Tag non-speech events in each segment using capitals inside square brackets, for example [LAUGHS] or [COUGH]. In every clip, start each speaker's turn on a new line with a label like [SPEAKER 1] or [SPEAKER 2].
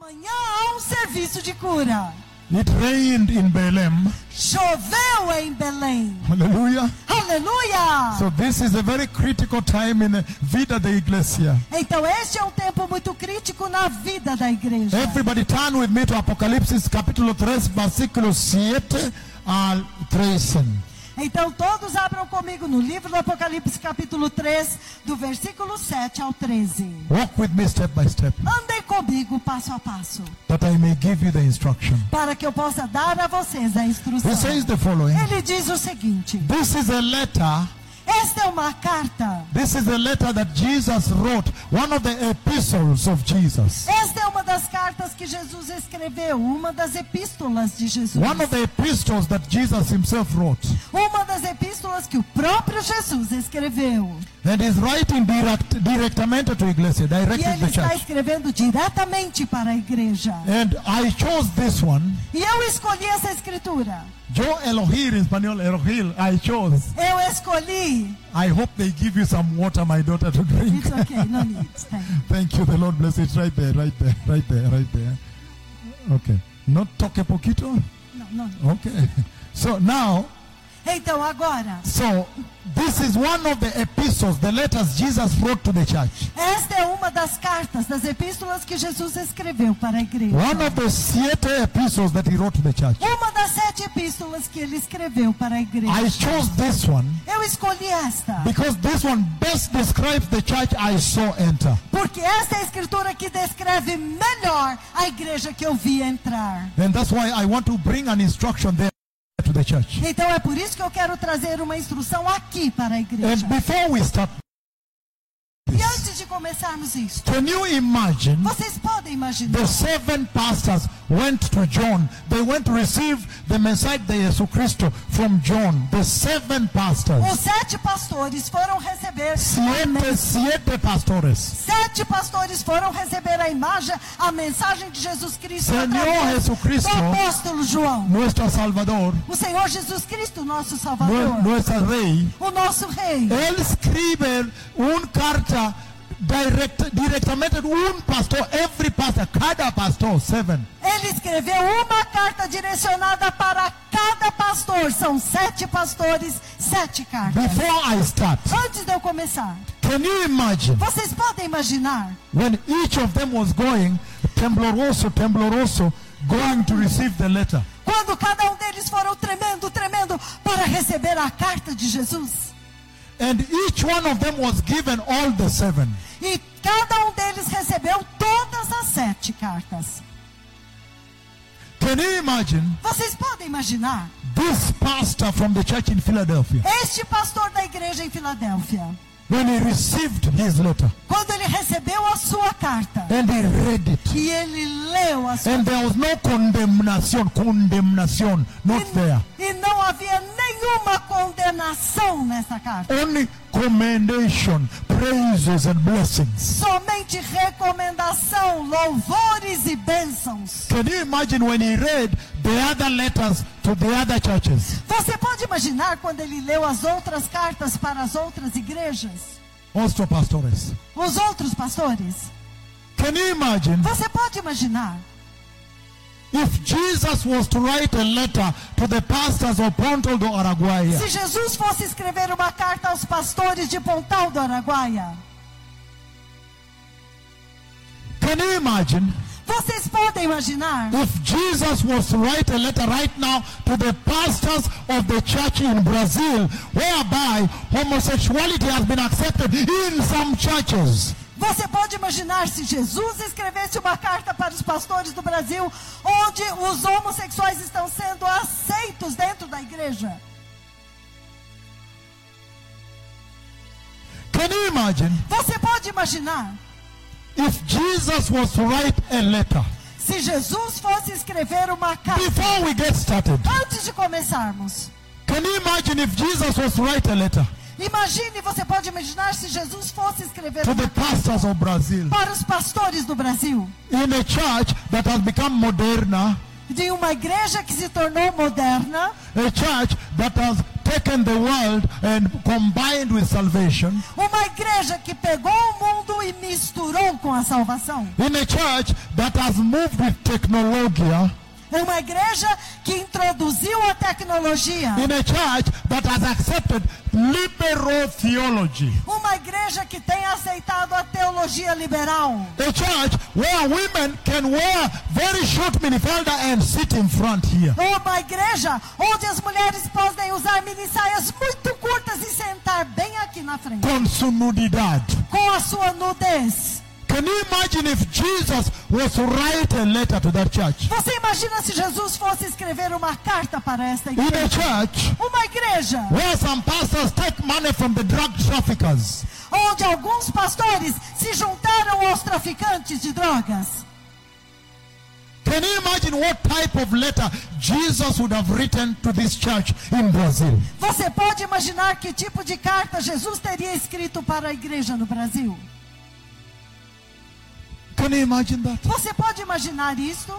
[SPEAKER 1] Amanhã há um serviço de cura.
[SPEAKER 2] It rained in Bethlehem.
[SPEAKER 1] Choveu em Belém.
[SPEAKER 2] Hallelujah.
[SPEAKER 1] Aleluia!
[SPEAKER 2] So this is a very critical time in the vida de iglesia.
[SPEAKER 1] Então este é um tempo muito crítico na vida da igreja.
[SPEAKER 2] Everybody turn with me to Apocalipsis capítulo 3 versículo 7 al 13.
[SPEAKER 1] Então todos abram comigo no livro do Apocalipse capítulo 3, do versículo 7 ao 13.
[SPEAKER 2] Walk with me step by step
[SPEAKER 1] Andem comigo passo a passo,
[SPEAKER 2] that I may give you the instruction.
[SPEAKER 1] para que eu possa dar a vocês a instrução.
[SPEAKER 2] He says the following.
[SPEAKER 1] Ele diz o seguinte:
[SPEAKER 2] This is a letter
[SPEAKER 1] Esta é uma carta.
[SPEAKER 2] This is a letter that Jesus wrote, one of the epistles of Jesus.
[SPEAKER 1] Esta é uma das cartas que Jesus escreveu, uma das epístolas de Jesus.
[SPEAKER 2] One of the epistles that Jesus himself wrote.
[SPEAKER 1] Uma das epístolas que o próprio Jesus escreveu.
[SPEAKER 2] And he's writing direct, directamente to Iglesia,
[SPEAKER 1] E
[SPEAKER 2] directed
[SPEAKER 1] ele
[SPEAKER 2] the
[SPEAKER 1] está
[SPEAKER 2] church.
[SPEAKER 1] escrevendo diretamente para a igreja.
[SPEAKER 2] And I chose this one,
[SPEAKER 1] E eu escolhi essa escritura.
[SPEAKER 2] Yo Elohir in Spanish, Elohir, I chose.
[SPEAKER 1] Eu escolhi.
[SPEAKER 2] I hope they give you some water, my daughter, to drink.
[SPEAKER 1] It's okay, no need. Thank you.
[SPEAKER 2] [LAUGHS] Thank you, the Lord bless it. Right there, right there, right there, right there. Okay. Not toque poquito?
[SPEAKER 1] Não, não need.
[SPEAKER 2] Okay. [LAUGHS] So now,
[SPEAKER 1] Então agora,
[SPEAKER 2] So this is one of the epistles, the letters Jesus wrote to the church.
[SPEAKER 1] esta é uma das cartas, das epístolas que Jesus escreveu para a igreja.
[SPEAKER 2] One of the siete epistles that he wrote to the church.
[SPEAKER 1] Uma das sete epístolas que ele escreveu para a igreja.
[SPEAKER 2] I chose this one
[SPEAKER 1] Eu escolhi esta,
[SPEAKER 2] because this one best describes the church I saw enter.
[SPEAKER 1] porque esta é a escritura que descreve melhor a igreja que eu vi entrar.
[SPEAKER 2] And that's why I want to bring an instruction there to the church.
[SPEAKER 1] Então é por isso que eu quero trazer uma instrução aqui para a igreja.
[SPEAKER 2] And before we start
[SPEAKER 1] E
[SPEAKER 2] this,
[SPEAKER 1] antes de começarmos isso,
[SPEAKER 2] can you imagine
[SPEAKER 1] vocês podem imaginar
[SPEAKER 2] the seven pastors went to John. They went to receive the Messiah, the Jesus Christ, from John. The seven pastors.
[SPEAKER 1] Os sete pastores foram receber a
[SPEAKER 2] Siete, siete pastores.
[SPEAKER 1] Sete pastores foram receber a imagem, a mensagem de Jesus Cristo
[SPEAKER 2] Senhor
[SPEAKER 1] através
[SPEAKER 2] Jesus Cristo.
[SPEAKER 1] do apóstolo João.
[SPEAKER 2] nuestro Salvador,
[SPEAKER 1] O Senhor Jesus Cristo, nosso
[SPEAKER 2] nue-
[SPEAKER 1] Salvador,
[SPEAKER 2] nuestro Rey,
[SPEAKER 1] o nosso rei.
[SPEAKER 2] él escribe un carta direct- directamente un pastor, every pastor, cada pastor, seven.
[SPEAKER 1] Ele escreveu uma carta direcionada para cada pastor. São sete pastores, sete cartas.
[SPEAKER 2] Before I start,
[SPEAKER 1] Antes de eu começar,
[SPEAKER 2] can you imagine
[SPEAKER 1] vocês podem imaginar
[SPEAKER 2] when each of them was going, tembloroso, tembloroso, going to receive the letter?
[SPEAKER 1] quando cada um deles foram tremendo, tremendo para receber a carta de Jesus?
[SPEAKER 2] And each one of them was given all the seven.
[SPEAKER 1] E cada um deles recebeu todas as sete cartas.
[SPEAKER 2] Can you imagine
[SPEAKER 1] Vocês podem imaginar?
[SPEAKER 2] this pastor from the church in Philadelphia
[SPEAKER 1] Este pastor da igreja em Filadélfia,
[SPEAKER 2] when he received his letter
[SPEAKER 1] quando ele recebeu a sua carta
[SPEAKER 2] and he read it?
[SPEAKER 1] e ele leu a sua
[SPEAKER 2] And there was no condemnation, condemnation, not there.
[SPEAKER 1] e, e não havia nenhuma condenação nessa carta.
[SPEAKER 2] Only commendation, praises and blessings.
[SPEAKER 1] Somente recomendação, louvores e bênçãos.
[SPEAKER 2] Can you imagine when he read the other letters to the other churches?
[SPEAKER 1] Você pode imaginar quando ele leu as outras cartas para as outras igrejas?
[SPEAKER 2] Also pastores.
[SPEAKER 1] Os outros pastores?
[SPEAKER 2] Can you imagine
[SPEAKER 1] Você pode imaginar?
[SPEAKER 2] if Jesus was to write a letter to the pastors of Pontal do Araguaia?
[SPEAKER 1] Se Jesus fosse escrever uma carta aos pastores de Pontal do Araguaia,
[SPEAKER 2] Can you imagine
[SPEAKER 1] vocês podem imaginar?
[SPEAKER 2] if Jesus was to write a letter right now to the pastors of the church in Brazil, whereby homosexuality has been accepted in some churches?
[SPEAKER 1] Você pode imaginar se Jesus escrevesse uma carta para os pastores do Brasil, onde os homossexuais estão sendo aceitos dentro da igreja?
[SPEAKER 2] Can you imagine
[SPEAKER 1] Você pode imaginar
[SPEAKER 2] if Jesus was to write a letter?
[SPEAKER 1] se Jesus fosse escrever uma carta?
[SPEAKER 2] Before we get started,
[SPEAKER 1] Antes de começarmos,
[SPEAKER 2] can you imagine if Jesus was to write a letter
[SPEAKER 1] imagine, você pode imaginar se Jesus fosse escrever
[SPEAKER 2] to
[SPEAKER 1] uma
[SPEAKER 2] the
[SPEAKER 1] carta
[SPEAKER 2] pastors of Brazil
[SPEAKER 1] para os pastores do Brasil,
[SPEAKER 2] in a church that has become moderna,
[SPEAKER 1] de uma igreja que se tornou moderna?
[SPEAKER 2] a church that has taken the world and combined with salvation.
[SPEAKER 1] Uma igreja que pegou o mundo e misturou com a salvação.
[SPEAKER 2] In a church that has moved with technology,
[SPEAKER 1] É uma igreja que introduziu a tecnologia.
[SPEAKER 2] in a church that has accepted liberal theology,
[SPEAKER 1] Uma igreja que tem aceitado a teologia liberal.
[SPEAKER 2] a church where women can wear very short minifalda and sit in front here.
[SPEAKER 1] Uma igreja onde as mulheres podem usar mini saias muito curtas e sentar bem aqui na frente.
[SPEAKER 2] Con su nudidad.
[SPEAKER 1] Com a sua nudez.
[SPEAKER 2] Can you imagine if Jesus was to write a letter to that church?
[SPEAKER 1] Você imagina se Jesus fosse escrever uma carta para esta
[SPEAKER 2] In a
[SPEAKER 1] igreja?
[SPEAKER 2] church
[SPEAKER 1] Uma igreja
[SPEAKER 2] where some pastors take money from the drug traffickers,
[SPEAKER 1] onde alguns pastores se juntaram aos traficantes de drogas.
[SPEAKER 2] can you imagine what type of letter Jesus would have written to this church in Brazil?
[SPEAKER 1] Você pode imaginar que tipo de carta Jesus teria escrito para a igreja no Brasil?
[SPEAKER 2] Can you imagine that?
[SPEAKER 1] Você pode imaginar isso?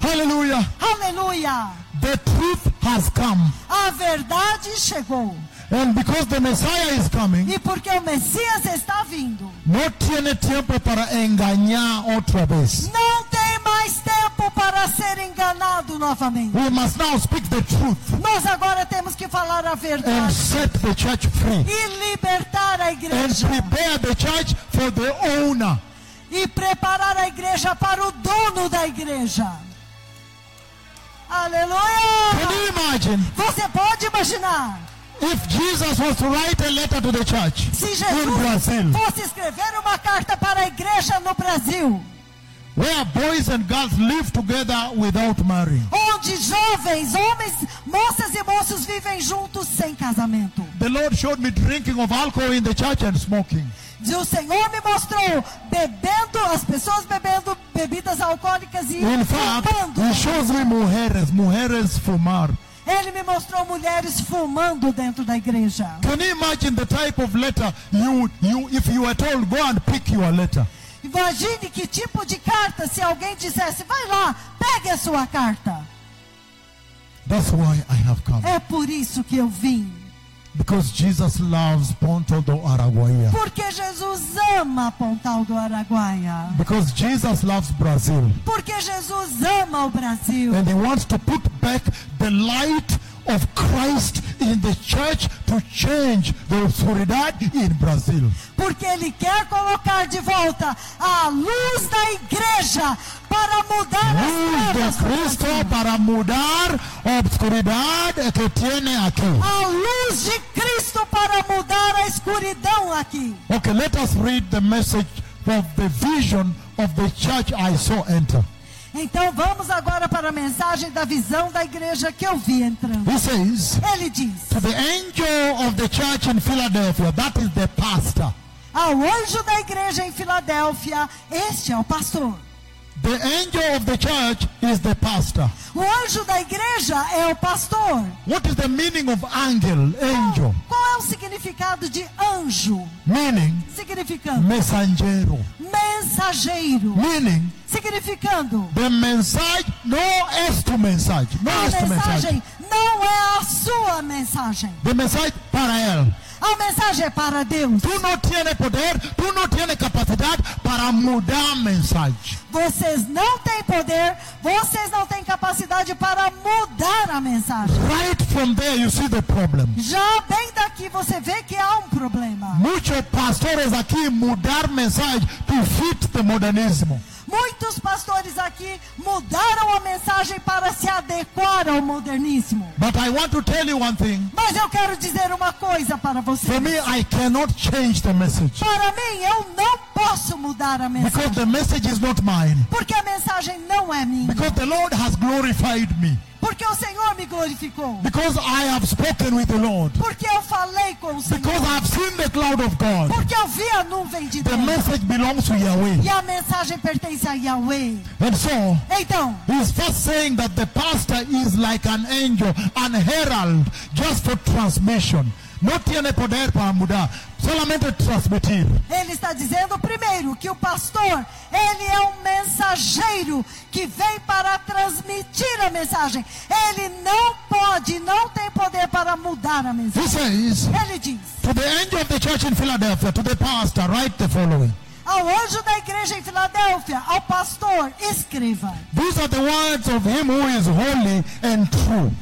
[SPEAKER 2] Hallelujah.
[SPEAKER 1] Aleluia!
[SPEAKER 2] The truth has come.
[SPEAKER 1] A verdade chegou.
[SPEAKER 2] And because the Messiah is coming,
[SPEAKER 1] E porque o Messias está vindo.
[SPEAKER 2] no tiene tiempo para engañar otra vez.
[SPEAKER 1] Não tem mais tempo para ser enganado novamente.
[SPEAKER 2] We must now speak the truth
[SPEAKER 1] Nós agora temos que falar a
[SPEAKER 2] and
[SPEAKER 1] verdade
[SPEAKER 2] set the church free
[SPEAKER 1] e libertar a
[SPEAKER 2] and
[SPEAKER 1] igreja
[SPEAKER 2] prepare the church for the owner.
[SPEAKER 1] e preparar a igreja para o dono da igreja.
[SPEAKER 2] Can
[SPEAKER 1] Aleluia!
[SPEAKER 2] you imagine
[SPEAKER 1] Você pode imaginar
[SPEAKER 2] if Jesus was to write a letter to the church
[SPEAKER 1] se
[SPEAKER 2] in Brazil,
[SPEAKER 1] Jesus fosse escrever uma carta para a igreja no Brasil,
[SPEAKER 2] where boys and girls live together without marrying?
[SPEAKER 1] onde jovens, homens, moças e moços vivem juntos sem casamento.
[SPEAKER 2] The Lord showed me drinking of alcohol in the church and smoking.
[SPEAKER 1] E o Senhor me mostrou bebendo, as pessoas bebendo bebidas alcoólicas e
[SPEAKER 2] In fact,
[SPEAKER 1] fumando.
[SPEAKER 2] He shows me mujeres, mujeres fumar.
[SPEAKER 1] Ele me mostrou mulheres fumando dentro da igreja.
[SPEAKER 2] Can you imagine the type of letter you you if you were told go and pick your letter?
[SPEAKER 1] Imagine que tipo de carta se alguém dissesse: vai lá, pegue a sua carta.
[SPEAKER 2] That's why I have come.
[SPEAKER 1] É por isso que eu vim.
[SPEAKER 2] Because Jesus loves Ponto do Araguaia.
[SPEAKER 1] Porque Jesus ama Pontal do Araguaia.
[SPEAKER 2] Because Jesus loves Brazil.
[SPEAKER 1] Porque Jesus ama o Brasil.
[SPEAKER 2] And he wants to put back the light of Christ in the church to change the Soledad in Brazil.
[SPEAKER 1] Porque Ele quer colocar de volta a luz da igreja para mudar
[SPEAKER 2] Luz de
[SPEAKER 1] as trevas. do
[SPEAKER 2] Cristo
[SPEAKER 1] Brasil.
[SPEAKER 2] para mudar obscuridad que tiene aquí.
[SPEAKER 1] A luz de Cristo para mudar a escuridão aqui.
[SPEAKER 2] Okay, let us read the message of the vision of the church I saw enter.
[SPEAKER 1] Então vamos agora para a mensagem da visão da igreja que eu vi entrando.
[SPEAKER 2] He says,
[SPEAKER 1] Ele diz:
[SPEAKER 2] To the angel of the church in Philadelphia, that is the pastor.
[SPEAKER 1] Ao anjo da igreja em Filadélfia, este é o pastor.
[SPEAKER 2] The angel of the church is the pastor.
[SPEAKER 1] O anjo da igreja é o pastor.
[SPEAKER 2] What is the meaning of angel? Angel.
[SPEAKER 1] Qual é o significado de anjo?
[SPEAKER 2] Meaning
[SPEAKER 1] Significando
[SPEAKER 2] mensajero.
[SPEAKER 1] mensageiro.
[SPEAKER 2] Meaning
[SPEAKER 1] Significando
[SPEAKER 2] the message, no S to message. No
[SPEAKER 1] a
[SPEAKER 2] S to message.
[SPEAKER 1] mensagem não é a sua mensagem.
[SPEAKER 2] The message para él.
[SPEAKER 1] A mensagem é para Deus.
[SPEAKER 2] Tú no tienes poder, tú no tienes capacidad para mudar mensaje.
[SPEAKER 1] Vocês não têm poder, vocês não têm capacidade para mudar a mensagem.
[SPEAKER 2] Right from there you see the problem.
[SPEAKER 1] Já bem daqui você vê que há um problema.
[SPEAKER 2] Muchos pastores aquí mudar mensaje to fit the modernismo.
[SPEAKER 1] Muitos pastores aqui mudaram a mensagem para se adequar ao modernismo.
[SPEAKER 2] But I want to tell you one thing.
[SPEAKER 1] Mas eu quero dizer uma coisa para
[SPEAKER 2] For
[SPEAKER 1] vocês.
[SPEAKER 2] me, I cannot change the message
[SPEAKER 1] Para mim, eu não posso mudar a
[SPEAKER 2] because
[SPEAKER 1] mensagem.
[SPEAKER 2] the message is not mine.
[SPEAKER 1] Porque a mensagem não é minha.
[SPEAKER 2] Because the Lord has glorified me.
[SPEAKER 1] Porque o Senhor me glorificou.
[SPEAKER 2] Because I have spoken with the Lord.
[SPEAKER 1] Porque eu falei com o
[SPEAKER 2] Because
[SPEAKER 1] Senhor.
[SPEAKER 2] I have seen the cloud of God.
[SPEAKER 1] Porque eu vi a nuvem de
[SPEAKER 2] The
[SPEAKER 1] Deus.
[SPEAKER 2] message belongs to Yahweh.
[SPEAKER 1] E a mensagem pertence a Yahweh.
[SPEAKER 2] And so,
[SPEAKER 1] Então,
[SPEAKER 2] he's first saying that the pastor is like an angel, an herald, just for transmission. No tiene poder para mudar, solamente transmitir.
[SPEAKER 1] Ele está dizendo primeiro que o pastor, ele é um mensageiro que vem para transmitir a mensagem. Ele não pode, não tem poder para mudar a mensagem.
[SPEAKER 2] He says
[SPEAKER 1] Ele diz
[SPEAKER 2] to the angel of the church in Philadelphia, to the pastor, write the following.
[SPEAKER 1] ao anjo da igreja em Filadélfia, ao pastor, escreva:
[SPEAKER 2] These are the words of him who is holy and true.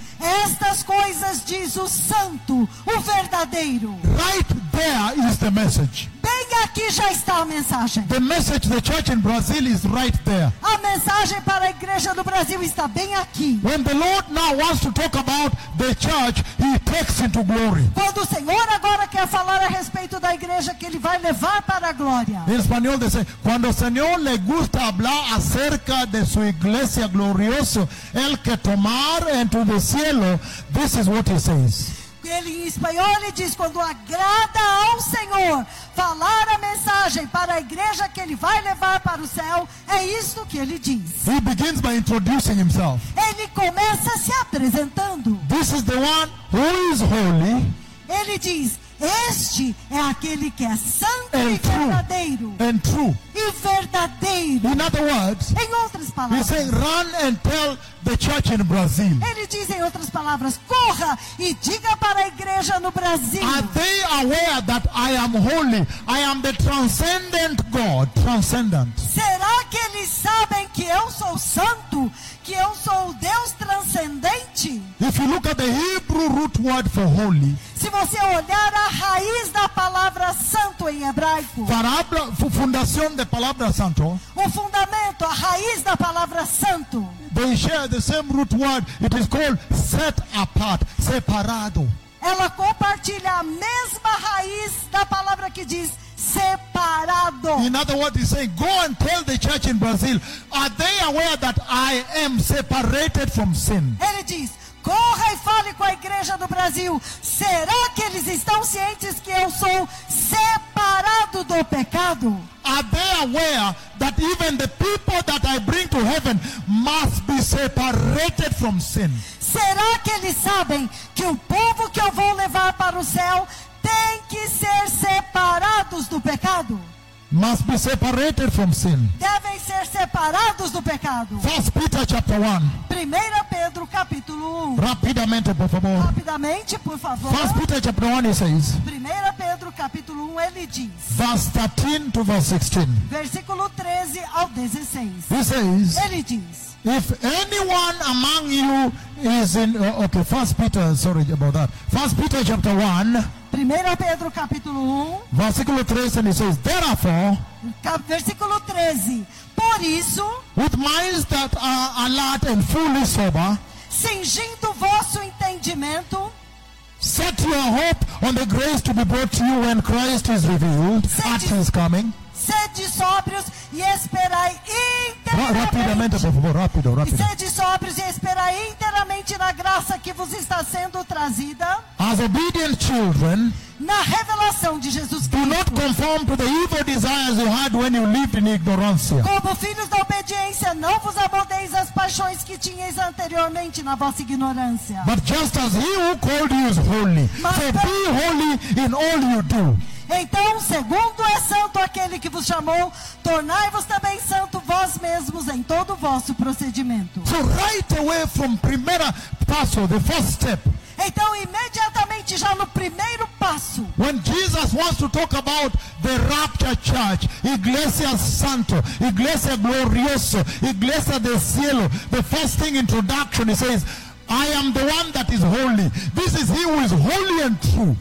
[SPEAKER 1] Estas coisas diz o santo, o verdadeiro.
[SPEAKER 2] Right there is the message.
[SPEAKER 1] Bem aqui já está a mensagem.
[SPEAKER 2] The message the church in Brazil is right there.
[SPEAKER 1] A mensagem para a igreja do Brasil está bem aqui.
[SPEAKER 2] When the Lord now wants to talk about the church, he takes into glory.
[SPEAKER 1] Quando o Senhor agora quer falar a respeito da igreja que ele vai levar para a glória.
[SPEAKER 2] En español dice, cuando el Señor le gusta hablar acerca de su iglesia gloriosa, el que tomar entre el cielo, this is what he says.
[SPEAKER 1] Ele em espanhol ele diz quando agrada ao Senhor falar a mensagem para a igreja que ele vai levar para o céu, é isto que ele diz.
[SPEAKER 2] He begins by introducing himself.
[SPEAKER 1] Ele começa se apresentando.
[SPEAKER 2] This is the one who is holy
[SPEAKER 1] Ele diz: "Este é aquele que é santo e
[SPEAKER 2] and
[SPEAKER 1] verdadeiro."
[SPEAKER 2] true. And true.
[SPEAKER 1] E verdadeiro.
[SPEAKER 2] In other words,
[SPEAKER 1] Em outras
[SPEAKER 2] he
[SPEAKER 1] palavras,
[SPEAKER 2] saying, run and tell the church in Brazil.
[SPEAKER 1] ele diz em outras palavras: "Corra e diga para a igreja no Brasil."
[SPEAKER 2] Are they aware that I am holy? I am the transcendent God. Transcendent.
[SPEAKER 1] Será que eles sabem que eu sou santo? Que eu sou o Deus transcendente?
[SPEAKER 2] If you look at the Hebrew root word for holy,
[SPEAKER 1] Se você olhar a raiz da palavra santo em hebraico,
[SPEAKER 2] parabra, fu- fundación de palabra santo,
[SPEAKER 1] o fundamento, a raiz da palavra santo,
[SPEAKER 2] they share the same root word. It is called set apart, separado.
[SPEAKER 1] ela compartilha a mesma raiz da palavra que diz separado.
[SPEAKER 2] In other words, he's saying, go and tell the church in Brazil, are they aware that I am separated from sin?
[SPEAKER 1] Ele diz: corra e fale com a igreja do Brasil. Será que eles estão cientes que eu sou separado do pecado?
[SPEAKER 2] Are they aware that even the people that I bring to heaven must be separated from sin?
[SPEAKER 1] Será que eles sabem que o povo que eu vou levar para o céu tem que ser separados do pecado?
[SPEAKER 2] Must be separated from sin.
[SPEAKER 1] Devem ser separados do pecado.
[SPEAKER 2] First Peter chapter 1.
[SPEAKER 1] 1 Pedro capítulo 1.
[SPEAKER 2] Rapidamente, por favor.
[SPEAKER 1] Rapidamente, por favor.
[SPEAKER 2] First Peter chapter 1 he says,
[SPEAKER 1] 1 Pedro capítulo 1, ele diz,
[SPEAKER 2] verse 13 to verse 16.
[SPEAKER 1] versículo 13 ao 16.
[SPEAKER 2] He says,
[SPEAKER 1] Ele diz:
[SPEAKER 2] if anyone among you is in oh, okay, first Peter, sorry about that. First Peter chapter 1,
[SPEAKER 1] 1 Pedro capítulo 1,
[SPEAKER 2] versículo 3, and he says, Therefore,
[SPEAKER 1] cap- versículo 13. Por isso,
[SPEAKER 2] with minds that are alert and fully sober,
[SPEAKER 1] cingindo o vosso entendimento,
[SPEAKER 2] set your hope on the grace to be brought to you when Christ is revealed at his coming.
[SPEAKER 1] sede sóbrios e esperai
[SPEAKER 2] Ra- Rapidamente,
[SPEAKER 1] inteiramente.
[SPEAKER 2] por favor, rápido,
[SPEAKER 1] E
[SPEAKER 2] rápido.
[SPEAKER 1] sede sóbrios e esperai inteiramente na graça que vos está sendo trazida
[SPEAKER 2] As obedient children,
[SPEAKER 1] na revelação de Jesus
[SPEAKER 2] Do not
[SPEAKER 1] Cristo.
[SPEAKER 2] conform to the evil desires you had when you lived in ignorance.
[SPEAKER 1] Como filhos da obediência, não vos amodeis as paixões que tinhais anteriormente na vossa ignorância.
[SPEAKER 2] But just as he who called you is holy, so be holy in all you do.
[SPEAKER 1] Então, segundo é santo aquele que vos chamou, tornai-vos também santo vós mesmos em todo o vosso procedimento.
[SPEAKER 2] So right away from primera paso, the first step,
[SPEAKER 1] Então, imediatamente, já no primeiro passo,
[SPEAKER 2] when Jesus wants to talk about the rapture church, Iglesia Santo, Iglesia Glorioso, Iglesia del Cielo, the first thing introduction, he says, I am the one that is holy. This is he who is holy and true.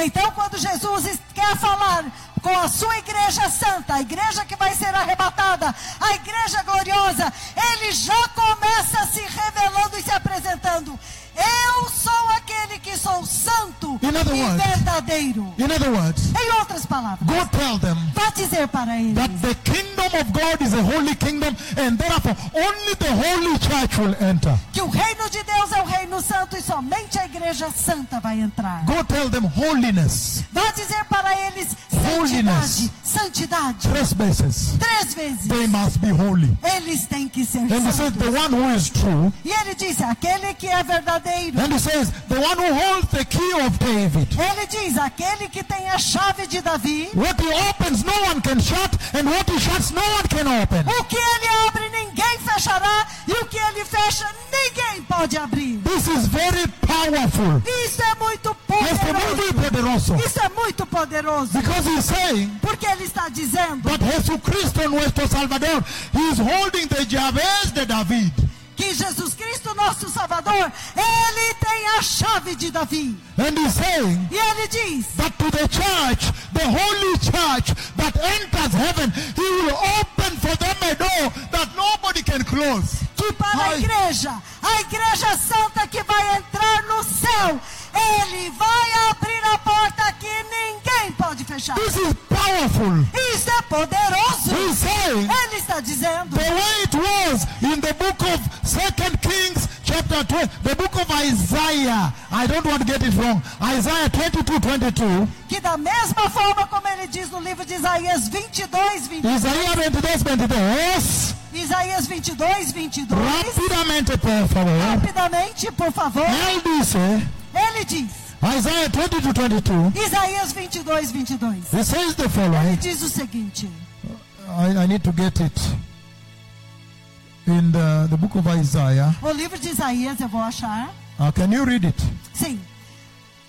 [SPEAKER 1] então, quando Jesus es- quer falar com a sua igreja santa, a igreja que vai ser arrebatada, a igreja gloriosa, ele já começa se revelando e se apresentando. Eu sou aquele que sou santo
[SPEAKER 2] In other
[SPEAKER 1] e
[SPEAKER 2] words-
[SPEAKER 1] verdadeiro.
[SPEAKER 2] In other words,
[SPEAKER 1] Em outras palavras,
[SPEAKER 2] go tell them
[SPEAKER 1] vá dizer para ele.
[SPEAKER 2] that the kingdom of God is a holy kingdom, and therefore only the holy church will enter.
[SPEAKER 1] que o reino de Deus é o reino santo e somente a igreja santa vai entrar.
[SPEAKER 2] Go tell them holiness,
[SPEAKER 1] Vá dizer para eles
[SPEAKER 2] Holiness.
[SPEAKER 1] santidade, santidade,
[SPEAKER 2] tres bases.
[SPEAKER 1] três vezes.
[SPEAKER 2] They must be holy.
[SPEAKER 1] Eles têm que ser
[SPEAKER 2] And he
[SPEAKER 1] santos.
[SPEAKER 2] says, the one who is true.
[SPEAKER 1] E ele disse, aquele que é verdadeiro,
[SPEAKER 2] And he says, the one who holds the key of David.
[SPEAKER 1] Ele diz: aquele que tem a chave de Davi,
[SPEAKER 2] What he opens, no one can shut, and what he shuts, no one can open.
[SPEAKER 1] o que ele abre ninguém fechará, e o que ele fecha ninguém pode abrir.
[SPEAKER 2] This is very powerful.
[SPEAKER 1] Isso é muito
[SPEAKER 2] Yes, the
[SPEAKER 1] poderoso.
[SPEAKER 2] movie poderoso.
[SPEAKER 1] Isso é muito poderoso.
[SPEAKER 2] Because he's saying
[SPEAKER 1] Porque ele está dizendo
[SPEAKER 2] that Jesucristo nuestro Salvador, he is holding the Jabez de David.
[SPEAKER 1] que Jesus Cristo, nosso Salvador, ele tem a chave de Davi.
[SPEAKER 2] And he's saying
[SPEAKER 1] E ele diz:
[SPEAKER 2] that to the church, the holy church that enters heaven, he will open for them a door that nobody can close.
[SPEAKER 1] que para a
[SPEAKER 2] Ai.
[SPEAKER 1] igreja, a igreja santa que vai entrar no céu, ele vai abrir a porta que ninguém pode fechar.
[SPEAKER 2] This is powerful.
[SPEAKER 1] Isso é poderoso.
[SPEAKER 2] He's saying
[SPEAKER 1] Ele está dizendo
[SPEAKER 2] the way it was in the book of Second Kings, chapter 12, the book of Isaiah. I don't want to get it wrong. Isaiah 22 22.
[SPEAKER 1] que da mesma forma como ele diz no livro de Isaías 22, 20,
[SPEAKER 2] Isaías 22, 22.
[SPEAKER 1] Isaías 22, 22,
[SPEAKER 2] Rapidamente, por favor.
[SPEAKER 1] rapidamente, por favor,
[SPEAKER 2] Ele disse,
[SPEAKER 1] ele diz,
[SPEAKER 2] Isaiah 22, 22.
[SPEAKER 1] Isaías 22, 22,
[SPEAKER 2] He says the following.
[SPEAKER 1] diz o seguinte,
[SPEAKER 2] I, I need to get it in the, the book of Isaiah.
[SPEAKER 1] o livro de Isaías eu vou achar,
[SPEAKER 2] Uh, can you read it?
[SPEAKER 1] Sim.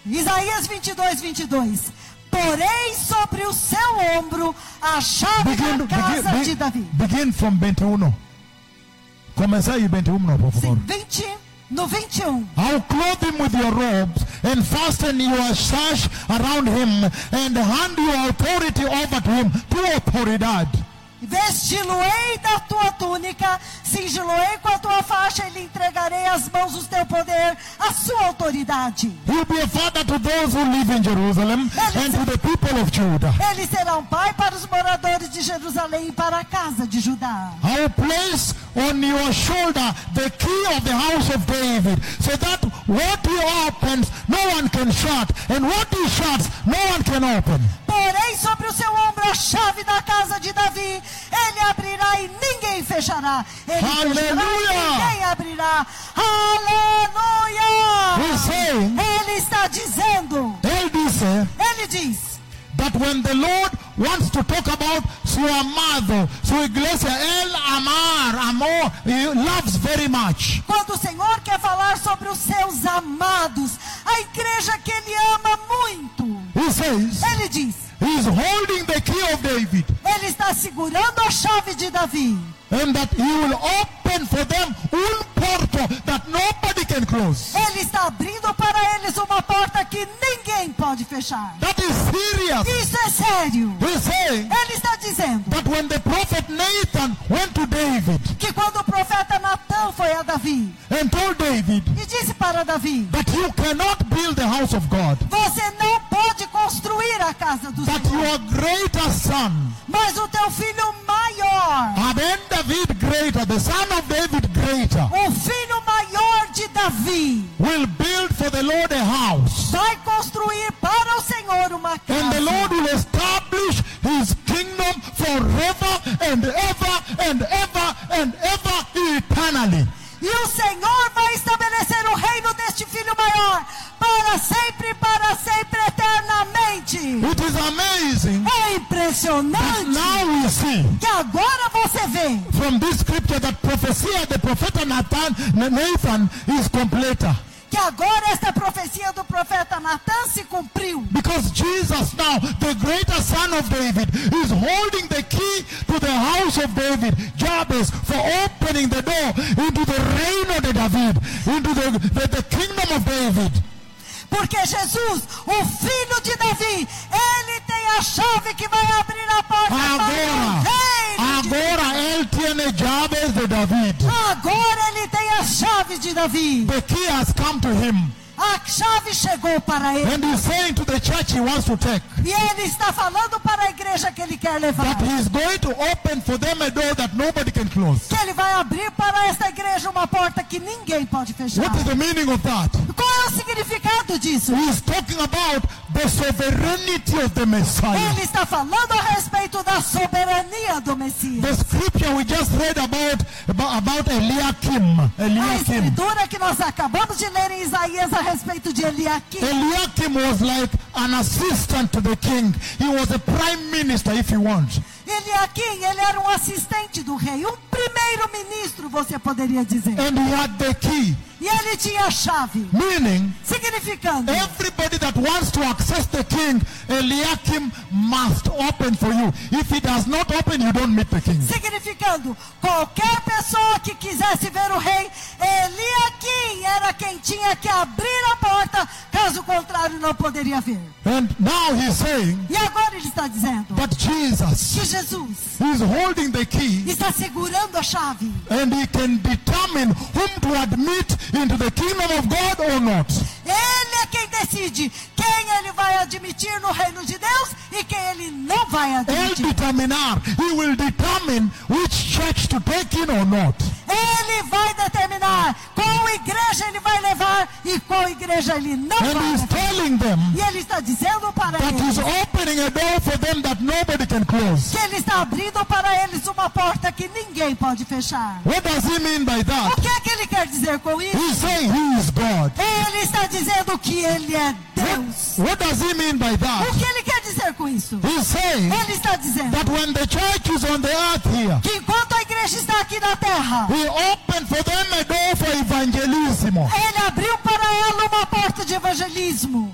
[SPEAKER 1] Isaías 22, 22. Porém sobre o seu ombro a chave
[SPEAKER 2] Begin,
[SPEAKER 1] da casa
[SPEAKER 2] begin,
[SPEAKER 1] de Davi.
[SPEAKER 2] be- begin from 21. Começar em 21, por
[SPEAKER 1] Sim,
[SPEAKER 2] favor.
[SPEAKER 1] 20, no 21.
[SPEAKER 2] I'll clothe him with your robes and fasten your sash around him and hand your authority over to him. To autoridade.
[SPEAKER 1] Vesti-lo-ei da tua túnica, cingi-lo-ei com a tua faixa e lhe entregarei às mãos o teu poder, a sua autoridade.
[SPEAKER 2] He'll be a father to those who live in Jerusalem and to the people of Judah.
[SPEAKER 1] Ele será um pai para os moradores de Jerusalém e para a casa de Judá.
[SPEAKER 2] I will place on your shoulder the key of the house of David, so that what he opens, no one can shut, and what he shuts, no one can open.
[SPEAKER 1] Porém sobre o seu ombro a chave da casa de Davi. Ele abrirá e ninguém fechará. Ele fechará e
[SPEAKER 2] Aleluia!
[SPEAKER 1] ninguém abrirá.
[SPEAKER 2] He's
[SPEAKER 1] Aleluia!
[SPEAKER 2] saying,
[SPEAKER 1] Ele está dizendo.
[SPEAKER 2] El dice,
[SPEAKER 1] Ele diz
[SPEAKER 2] that when the Lord wants to talk about su amado, su iglesia, el amar, amor, he loves very much.
[SPEAKER 1] quando o Senhor quer falar sobre os seus amados, a igreja que Ele ama muito.
[SPEAKER 2] He says,
[SPEAKER 1] Ele diz.
[SPEAKER 2] he's holding the key of David,
[SPEAKER 1] Ele está segurando a chave de Davi.
[SPEAKER 2] and that he will open for them un porto that nobody can close.
[SPEAKER 1] Ele está abrindo para eles uma porta que ninguém pode fechar.
[SPEAKER 2] That is serious.
[SPEAKER 1] Isso é sério.
[SPEAKER 2] He's saying
[SPEAKER 1] Ele está dizendo
[SPEAKER 2] that when the prophet Nathan went to David
[SPEAKER 1] que quando o profeta Natan foi a Davi
[SPEAKER 2] and told David
[SPEAKER 1] e disse para Davi:
[SPEAKER 2] that you cannot build the house of God,
[SPEAKER 1] Você não pode construir a casa do
[SPEAKER 2] that
[SPEAKER 1] Senhor,
[SPEAKER 2] your greater son,
[SPEAKER 1] mas o teu filho maior,
[SPEAKER 2] Aben David greater, the son of David greater,
[SPEAKER 1] o filho maior de Davi,
[SPEAKER 2] will build for the Lord a house.
[SPEAKER 1] vai construir para o Senhor uma
[SPEAKER 2] And the Lord
[SPEAKER 1] casa.
[SPEAKER 2] will establish his kingdom forever and ever and ever and ever eternally.
[SPEAKER 1] E o Senhor vai estabelecer o reino deste filho maior para sempre, para sempre, eternamente.
[SPEAKER 2] It is
[SPEAKER 1] É
[SPEAKER 2] amazing that
[SPEAKER 1] impressionante
[SPEAKER 2] now we see
[SPEAKER 1] que agora você vê.
[SPEAKER 2] from this scripture that prophecy of the prophet Nathan, Nathan is completer.
[SPEAKER 1] que agora esta profecia do profeta Natan se cumpriu.
[SPEAKER 2] Because Jesus now, the greater son of David, is holding the key to the house of David, Jabez, for opening the door into the reign of the David, into the, the, the kingdom of David.
[SPEAKER 1] Porque Jesus, o filho de Davi, ele tem a chave que vai abrir a porta para o reino
[SPEAKER 2] Agora,
[SPEAKER 1] de
[SPEAKER 2] agora él tiene Jabez de David.
[SPEAKER 1] Agora ele tem a chave de Davi.
[SPEAKER 2] The key has come to him.
[SPEAKER 1] A chave chegou para ele.
[SPEAKER 2] And he's saying to the church he wants to take
[SPEAKER 1] E ele está falando para a igreja que ele quer levar.
[SPEAKER 2] that he's going to open for them a door that nobody can close.
[SPEAKER 1] Que ele vai abrir para esta igreja uma porta que ninguém pode fechar.
[SPEAKER 2] What is the meaning of that?
[SPEAKER 1] Qual é o significado disso?
[SPEAKER 2] He is talking about the sovereignty of the Messiah.
[SPEAKER 1] Ele está falando a respeito da soberania do Messias.
[SPEAKER 2] The scripture we just read about about, about Eliakim,
[SPEAKER 1] A
[SPEAKER 2] Eliakim,
[SPEAKER 1] escritura que nós acabamos de ler em Isaías a respeito de Eliakim.
[SPEAKER 2] Eliakim was like an assistant to the king. He was a prime minister, if you want.
[SPEAKER 1] Eliakim, ele era um assistente do rei, um primeiro-ministro, você poderia dizer.
[SPEAKER 2] And he had the key,
[SPEAKER 1] E ele tinha a chave,
[SPEAKER 2] meaning
[SPEAKER 1] significando
[SPEAKER 2] everybody that wants to access the king, Eliakim must open for you. If he does not open, you don't meet the king.
[SPEAKER 1] significando qualquer pessoa que quisesse ver o rei, Eliakim era quem tinha que abrir a porta, caso contrário não poderia vir.
[SPEAKER 2] And now he's saying,
[SPEAKER 1] E agora ele está dizendo
[SPEAKER 2] but Jesus
[SPEAKER 1] que Jesus
[SPEAKER 2] is holding the key
[SPEAKER 1] está segurando a chave
[SPEAKER 2] and he can determine whom to admit into the kingdom of God or not.
[SPEAKER 1] Ele é quem decide quem ele vai admitir no reino de Deus e quem ele não vai
[SPEAKER 2] El
[SPEAKER 1] admitir.
[SPEAKER 2] determinar, he will determine which church to take in or not.
[SPEAKER 1] Ele vai determinar qual igreja ele vai levar e qual igreja ele não vai
[SPEAKER 2] And he's
[SPEAKER 1] levar.
[SPEAKER 2] telling them
[SPEAKER 1] E ele está dizendo para
[SPEAKER 2] that
[SPEAKER 1] eles
[SPEAKER 2] he's opening a door for them that nobody can close.
[SPEAKER 1] que ele está abrindo para eles uma porta que ninguém pode fechar.
[SPEAKER 2] What does he mean by that?
[SPEAKER 1] O que é que ele quer dizer com isso?
[SPEAKER 2] He's saying he is God.
[SPEAKER 1] Ele está dizendo que ele é
[SPEAKER 2] What,
[SPEAKER 1] Deus.
[SPEAKER 2] what does he mean by
[SPEAKER 1] O
[SPEAKER 2] that?
[SPEAKER 1] que ele quer dizer com isso?
[SPEAKER 2] He's saying
[SPEAKER 1] Ele está dizendo
[SPEAKER 2] that when the church is on the earth here,
[SPEAKER 1] que enquanto a igreja está aqui na terra,
[SPEAKER 2] he opened for them a door for evangelism.
[SPEAKER 1] Ele abriu para ela uma porta de evangelismo.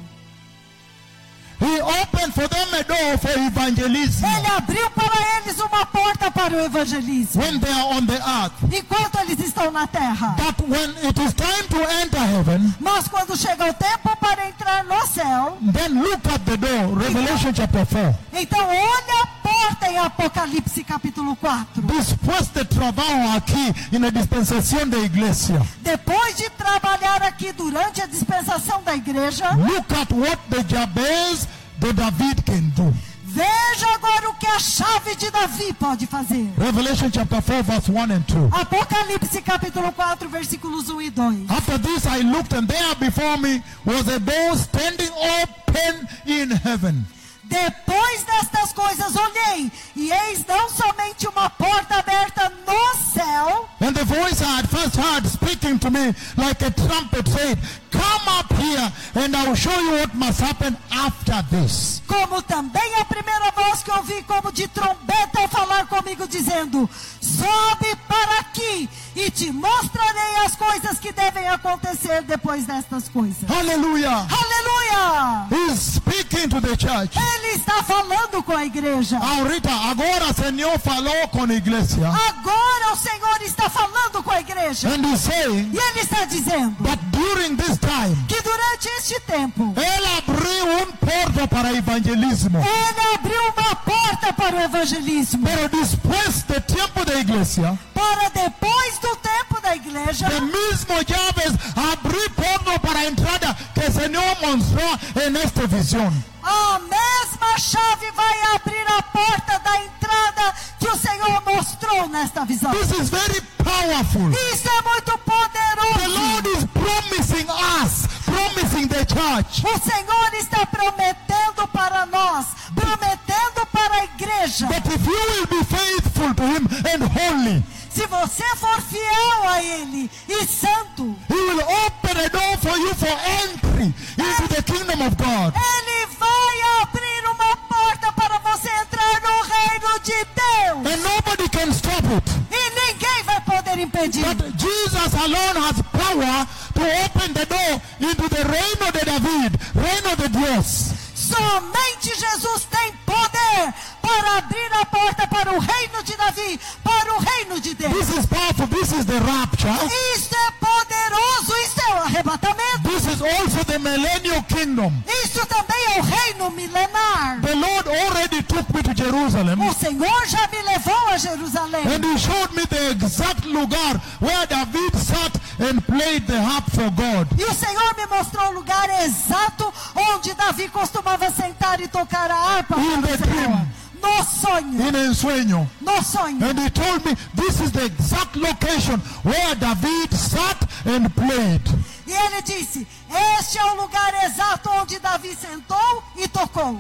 [SPEAKER 2] He opened for them a door for evangelism.
[SPEAKER 1] Ele abriu para eles uma porta para o evangelismo.
[SPEAKER 2] When they are on the earth,
[SPEAKER 1] Enquanto eles estão na terra.
[SPEAKER 2] but when it is time to enter heaven,
[SPEAKER 1] Mas quando chega o tempo para entrar no céu,
[SPEAKER 2] Then look at the door, Revelation chapter 4.
[SPEAKER 1] então olha a porta em Apocalipse capítulo 4.
[SPEAKER 2] Después de trabajo aquí en la dispensación de iglesia,
[SPEAKER 1] Depois de trabalhar aqui durante a dispensação da igreja,
[SPEAKER 2] look at what the Jabez, the David can do.
[SPEAKER 1] veja agora o que a chave de Davi pode fazer.
[SPEAKER 2] Revelation chapter 4, verse 1 and 2.
[SPEAKER 1] Apocalipse capítulo 4, versículos 1 e 2.
[SPEAKER 2] After this, I looked, and there before me was a door standing open in heaven.
[SPEAKER 1] Depois destas coisas olhei, e eis não somente uma porta aberta no céu,
[SPEAKER 2] And the voice I had first heard speaking to me like a trumpet said, Come up here, and I will show you what must happen after this.
[SPEAKER 1] como também a primeira voz que ouvi como de trombeta ao falar comigo, dizendo: Sobe para aqui e te mostrarei as coisas que devem acontecer depois destas coisas.
[SPEAKER 2] Hallelujah.
[SPEAKER 1] Aleluia!
[SPEAKER 2] He's speaking to the church.
[SPEAKER 1] Ele está falando com a igreja.
[SPEAKER 2] Ahorita, agora Señor falou con iglesia.
[SPEAKER 1] Agora o Senhor está falando com a igreja.
[SPEAKER 2] And he's saying
[SPEAKER 1] E ele está dizendo
[SPEAKER 2] that during this time,
[SPEAKER 1] que durante este tempo.
[SPEAKER 2] Él abrió un puerto para evangelismo.
[SPEAKER 1] Ele abriu uma porta para o evangelismo.
[SPEAKER 2] Pero después del tiempo de iglesia,
[SPEAKER 1] Para depois do tempo da igreja,
[SPEAKER 2] el mismo Llaves abrió puerto para entrada que el Señor mostró en esta visión.
[SPEAKER 1] a mesma chave vai abrir a porta da entrada que o Senhor mostrou nesta visão.
[SPEAKER 2] This is very powerful.
[SPEAKER 1] Isso é muito
[SPEAKER 2] The Lord
[SPEAKER 1] poderoso.
[SPEAKER 2] is promising us, promising the church,
[SPEAKER 1] O Senhor está prometendo para nós, prometendo para a igreja.
[SPEAKER 2] that if you will be faithful to Him and holy,
[SPEAKER 1] Se você for fiel a Ele e santo,
[SPEAKER 2] He will open a door for you for entry into the kingdom of God.
[SPEAKER 1] Ele vai abrir uma porta para você entrar no reino de Deus.
[SPEAKER 2] And nobody can stop it.
[SPEAKER 1] E ninguém vai poder impedir.
[SPEAKER 2] But Jesus alone has power to open the door into the reign of the David, reign of the Dios.
[SPEAKER 1] Somente Jesus tem poder para abrir a porta para o reino de Davi, para o reino de Deus.
[SPEAKER 2] This is powerful. This is the rapture.
[SPEAKER 1] Isso é poderoso, isso é o arrebatamento.
[SPEAKER 2] This is also the millennial kingdom.
[SPEAKER 1] Isso também é o reino milenar.
[SPEAKER 2] The Lord already took me to Jerusalem
[SPEAKER 1] O Senhor já me levou a Jerusalém
[SPEAKER 2] and He showed me the exact lugar where David sat and played the harp for God.
[SPEAKER 1] e o Senhor me mostrou o lugar exato onde Davi costumava sentar e tocar a harpa para
[SPEAKER 2] In
[SPEAKER 1] o
[SPEAKER 2] the
[SPEAKER 1] Senhor.
[SPEAKER 2] dream.
[SPEAKER 1] No sonho,
[SPEAKER 2] In ensueño.
[SPEAKER 1] no sonho.
[SPEAKER 2] And he told me this is the exact location where David sat and played.
[SPEAKER 1] E ele disse: Este é o lugar exato onde Davi sentou e tocou.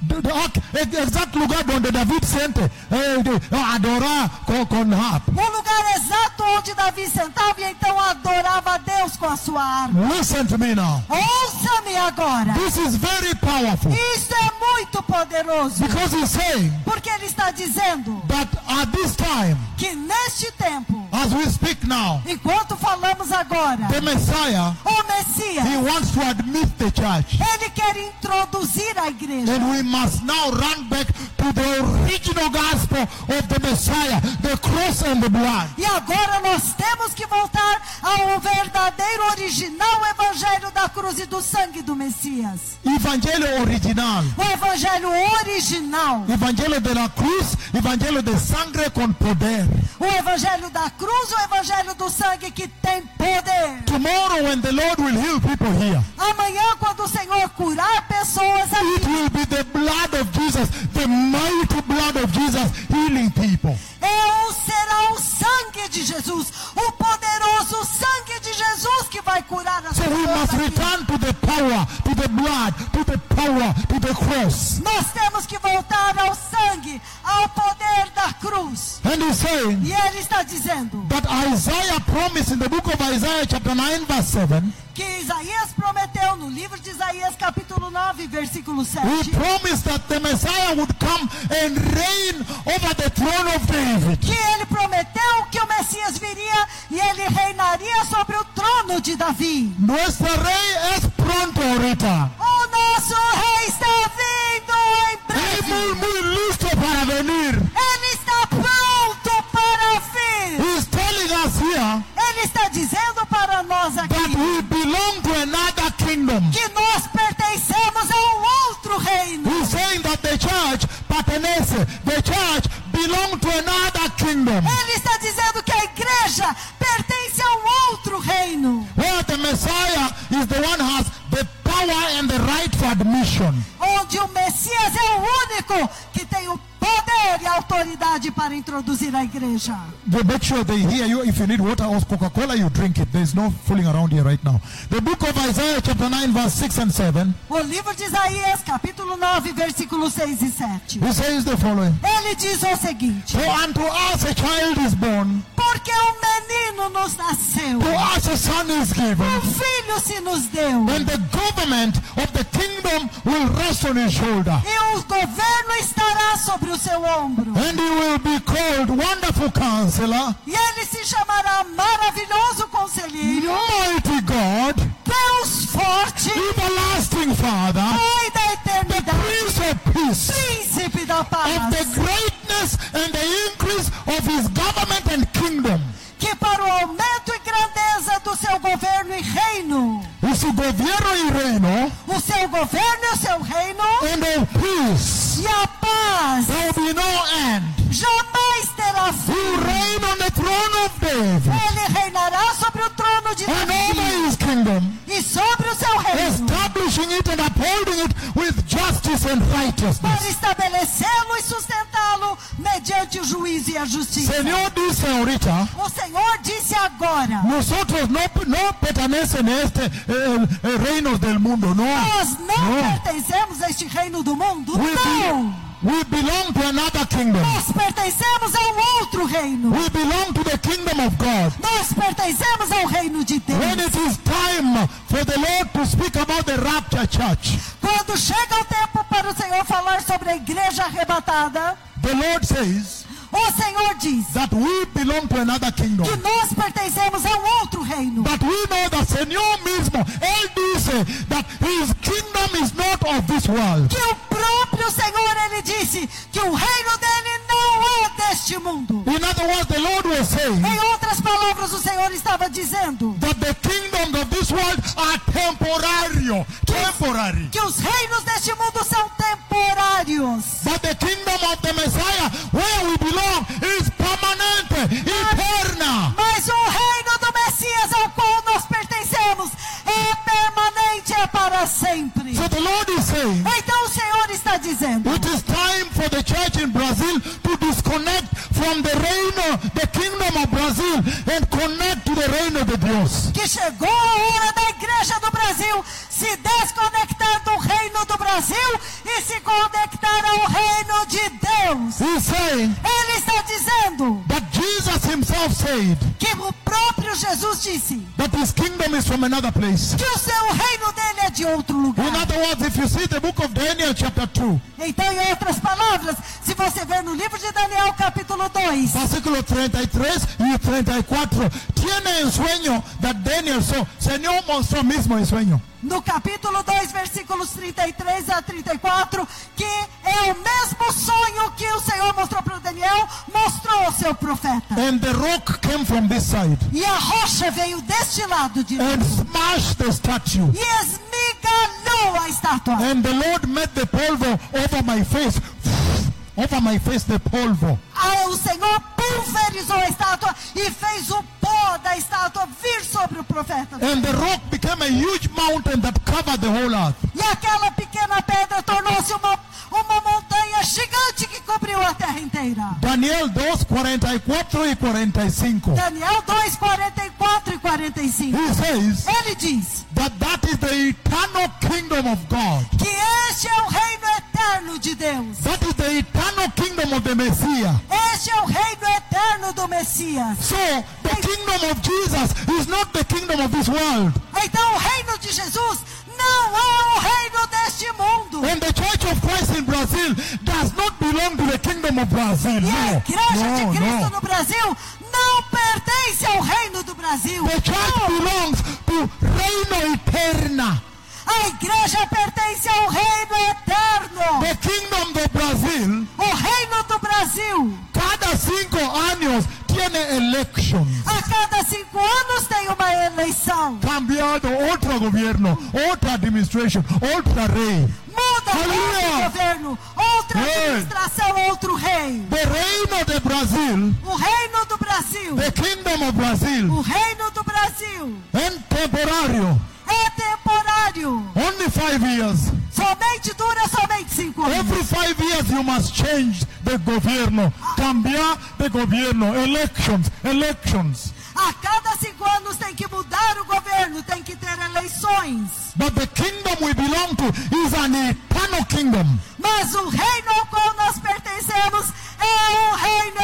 [SPEAKER 2] The- the ark- the exact lugar donde David sente e, eh, de- adorá con, con harp.
[SPEAKER 1] O lugar exato onde Davi sentava e então a adorava a Deus com a sua arma.
[SPEAKER 2] Listen to me now.
[SPEAKER 1] Ouça-me agora.
[SPEAKER 2] This is very powerful
[SPEAKER 1] Isto é muito poderoso.
[SPEAKER 2] because he's saying
[SPEAKER 1] Porque ele está dizendo
[SPEAKER 2] that at this time,
[SPEAKER 1] que neste tempo,
[SPEAKER 2] as we speak now,
[SPEAKER 1] enquanto falamos agora,
[SPEAKER 2] the Messiah,
[SPEAKER 1] o Messias,
[SPEAKER 2] he wants to admit the church.
[SPEAKER 1] ele quer introduzir a igreja.
[SPEAKER 2] And we must now run back to the original gospel of the Messiah, the cross and the blood.
[SPEAKER 1] E agora nós temos que voltar ao verdadeiro, original evangelho da cruz e do sangue do Messias.
[SPEAKER 2] Evangelio original.
[SPEAKER 1] O evangelho original.
[SPEAKER 2] Evangelio de la cruz, evangelio de sangre con poder.
[SPEAKER 1] O evangelho da cruz, o evangelho do sangue que tem poder.
[SPEAKER 2] Tomorrow when the Lord will heal people here,
[SPEAKER 1] Amanhã, quando o Senhor curar pessoas
[SPEAKER 2] it
[SPEAKER 1] aqui,
[SPEAKER 2] will be the blood of Jesus, the mighty blood of Jesus healing people.
[SPEAKER 1] eu será o sangue de Jesus, o poderoso sangue de Jesus que vai curar as
[SPEAKER 2] So we
[SPEAKER 1] pessoas.
[SPEAKER 2] must
[SPEAKER 1] Aqui.
[SPEAKER 2] return to the power, to the blood, to the power, to the cross.
[SPEAKER 1] Nós temos que voltar ao sangue, ao poder da cruz.
[SPEAKER 2] And he's saying
[SPEAKER 1] E ele está dizendo
[SPEAKER 2] that Isaiah promised in the book of Isaiah chapter 9 verse 7,
[SPEAKER 1] que Isaías prometeu no livro de Isaías, capítulo 9, versículo 7.
[SPEAKER 2] he promised that the Messiah would come and reign over the throne of David.
[SPEAKER 1] Que ele prometeu que o Messias viria e ele reinaria sobre o trono de Davi.
[SPEAKER 2] Nuestra rey es pronto ahorita.
[SPEAKER 1] O nosso rei está vindo em
[SPEAKER 2] Es
[SPEAKER 1] breve.
[SPEAKER 2] muy, muy listo para venir.
[SPEAKER 1] Ele está pronto para vir.
[SPEAKER 2] He's telling us here
[SPEAKER 1] Ele está dizendo para nós
[SPEAKER 2] that
[SPEAKER 1] aqui
[SPEAKER 2] we belong to another kingdom.
[SPEAKER 1] que nós pertencemos a um outro reino.
[SPEAKER 2] He's saying that the church pertenece, the church belong to another kingdom
[SPEAKER 1] Ele está dizendo que a igreja pertence a um outro reino.
[SPEAKER 2] where the Messiah is the one who has the power and the right for admission.
[SPEAKER 1] onde o Messias é o único que tem o poder e a autoridade para introduzir a igreja.
[SPEAKER 2] They make sure they hear you. If you need water or Coca-Cola, you drink it. There's no fooling around here right now. The book of Isaiah chapter 9 verse 6 and 7,
[SPEAKER 1] O livro de Isaías, capítulo 9, versículos 6 e 7.
[SPEAKER 2] he says the following.
[SPEAKER 1] Ele diz o seguinte:
[SPEAKER 2] For unto us a child is born,
[SPEAKER 1] Porque um menino nos nasceu,
[SPEAKER 2] to us a son is
[SPEAKER 1] um
[SPEAKER 2] given.
[SPEAKER 1] filho se nos deu,
[SPEAKER 2] When the government of the kingdom will rest on his shoulder,
[SPEAKER 1] e o governo estará sobre o seu ombro.
[SPEAKER 2] and he will be called Wonderful Counselor,
[SPEAKER 1] E ele se chamará Maravilhoso Conselheiro,
[SPEAKER 2] Mighty God,
[SPEAKER 1] Deus Forte,
[SPEAKER 2] Everlasting Father,
[SPEAKER 1] Pai da
[SPEAKER 2] the
[SPEAKER 1] Eternidade,
[SPEAKER 2] Prince of Peace.
[SPEAKER 1] Príncipe da
[SPEAKER 2] Of
[SPEAKER 1] Paz.
[SPEAKER 2] the greatness and the increase of his government and kingdom,
[SPEAKER 1] que para o aumento e grandeza do seu governo e reino,
[SPEAKER 2] y su gobierno y reino,
[SPEAKER 1] o seu governo e o seu reino
[SPEAKER 2] and of peace,
[SPEAKER 1] e a paz
[SPEAKER 2] there will be no end.
[SPEAKER 1] jamais terá
[SPEAKER 2] He will
[SPEAKER 1] fim.
[SPEAKER 2] reign on the throne of David
[SPEAKER 1] Ele reinará sobre o trono de
[SPEAKER 2] and
[SPEAKER 1] Davi
[SPEAKER 2] over his kingdom.
[SPEAKER 1] e sobre o seu reino
[SPEAKER 2] establishing it and upholding it with justice and
[SPEAKER 1] para
[SPEAKER 2] righteousness.
[SPEAKER 1] estabelecê-lo e sustentá-lo mediante o juízo e a justiça.
[SPEAKER 2] Señor dice ahorita,
[SPEAKER 1] O Senhor disse agora:
[SPEAKER 2] nosotros no, no pertenecen a este eh, eh, reino del mundo, no.
[SPEAKER 1] Nós não
[SPEAKER 2] No.
[SPEAKER 1] pertencemos a este reino do mundo,
[SPEAKER 2] We, be-
[SPEAKER 1] não.
[SPEAKER 2] we belong to another kingdom.
[SPEAKER 1] Nós pertencemos a um outro reino.
[SPEAKER 2] We belong to the kingdom of God.
[SPEAKER 1] Nós pertencemos ao reino de Deus.
[SPEAKER 2] When it is time for the Lord to speak about the rapture church,
[SPEAKER 1] Quando chega o tempo para o Senhor falar sobre a igreja arrebatada,
[SPEAKER 2] the Lord says
[SPEAKER 1] o Senhor diz
[SPEAKER 2] that we belong to another kingdom.
[SPEAKER 1] que nós pertencemos a um outro reino.
[SPEAKER 2] But we know that Señor mismo, Él dice that His kingdom is not of this world.
[SPEAKER 1] Que o próprio Senhor, ele disse que o reino dele não é deste mundo.
[SPEAKER 2] In other words, the Lord was saying
[SPEAKER 1] Em outras palavras, o Senhor estava dizendo
[SPEAKER 2] that the kingdoms of this world are temporario, temporary.
[SPEAKER 1] que os reinos deste mundo são temporários.
[SPEAKER 2] But the kingdom of the Messiah, where we belong, is permanent, eternal.
[SPEAKER 1] Mas o reino do Messias ao qual nós pertencemos é permanente, é para sempre.
[SPEAKER 2] So the Lord is saying,
[SPEAKER 1] Então o Senhor está dizendo:
[SPEAKER 2] it is time for the church in Brazil to disconnect from the reino, the kingdom of Brazil, and connect to the reino de Dios.
[SPEAKER 1] que chegou a hora da igreja do Brasil se desconectar do reino do Brasil e se conectar ao reino de Deus.
[SPEAKER 2] He's saying,
[SPEAKER 1] Ele está dizendo
[SPEAKER 2] But Jesus Jesus himself said
[SPEAKER 1] que o próprio Jesus disse
[SPEAKER 2] that his kingdom is from another place.
[SPEAKER 1] que o seu reino dele é de outro
[SPEAKER 2] In
[SPEAKER 1] lugar.
[SPEAKER 2] other words, if you see the book of Daniel, chapter 2,
[SPEAKER 1] Então, em outras palavras, se você ver no livro de Daniel, capítulo 2,
[SPEAKER 2] versículo 33 y 34, tiene el sueño that Daniel saw. Señor mostró mismo el sueño.
[SPEAKER 1] no capítulo 2, versículos 33 a 34, que é o mesmo sonho que o Senhor mostrou para Daniel, mostrou ao seu profeta.
[SPEAKER 2] And the rock came from this side
[SPEAKER 1] E a rocha veio deste lado de
[SPEAKER 2] and
[SPEAKER 1] Deus
[SPEAKER 2] smashed the statue.
[SPEAKER 1] e esmigalhou a estátua.
[SPEAKER 2] And the Lord made the polvo over my face. [SNIFFS] Over my face, the polvo.
[SPEAKER 1] Ah, O Senhor pulverizou a estátua e fez o pó da estátua vir sobre o profeta.
[SPEAKER 2] And the rock became a huge mountain that covered the whole earth.
[SPEAKER 1] E aquela pequena pedra tornou-se uma, uma montanha gigante que cobriu a terra inteira.
[SPEAKER 2] Daniel 2, 44 y 45.
[SPEAKER 1] Daniel 2, 44 e 45.
[SPEAKER 2] He says,
[SPEAKER 1] Ele diz
[SPEAKER 2] that that is the eternal kingdom of God.
[SPEAKER 1] que este é o reino eterno de Deus.
[SPEAKER 2] That is the eternal kingdom of the Messiah.
[SPEAKER 1] Este é o reino eterno do Messias.
[SPEAKER 2] So the kingdom of Jesus is not the kingdom of this world.
[SPEAKER 1] Então o reino de Jesus não é o reino deste mundo.
[SPEAKER 2] And the Church of Christ in Brazil does not belong to the kingdom of Brazil.
[SPEAKER 1] E a igreja
[SPEAKER 2] No,
[SPEAKER 1] de Cristo
[SPEAKER 2] no, no.
[SPEAKER 1] no Brasil não pertence ao reino do Brasil.
[SPEAKER 2] The church belongs to Reino Eterna,
[SPEAKER 1] A igreja pertence ao reino eterno.
[SPEAKER 2] the kingdom de Brazil.
[SPEAKER 1] O reino do Brasil.
[SPEAKER 2] Cada cinco años tiene elections.
[SPEAKER 1] A cada cinco anos tem uma eleição.
[SPEAKER 2] Cambiado otro gobierno, otra administration, otra rey.
[SPEAKER 1] Muda
[SPEAKER 2] Aleluia!
[SPEAKER 1] outro governo, outra
[SPEAKER 2] Ei!
[SPEAKER 1] administração, outro rei.
[SPEAKER 2] The reino de Brazil,
[SPEAKER 1] O reino do Brasil.
[SPEAKER 2] the kingdom of Brazil,
[SPEAKER 1] O reino do Brasil
[SPEAKER 2] and temporario,
[SPEAKER 1] é temporário.
[SPEAKER 2] only five years.
[SPEAKER 1] Somente dura somente cinco anos.
[SPEAKER 2] Every five years you must change the gobierno, cambiar the gobierno, elections, elections.
[SPEAKER 1] A cada cinco anos tem que mudar o governo, tem que ter eleições.
[SPEAKER 2] But the kingdom we belong to is an eternal kingdom.
[SPEAKER 1] Mas o reino ao qual nós pertencemos é o reino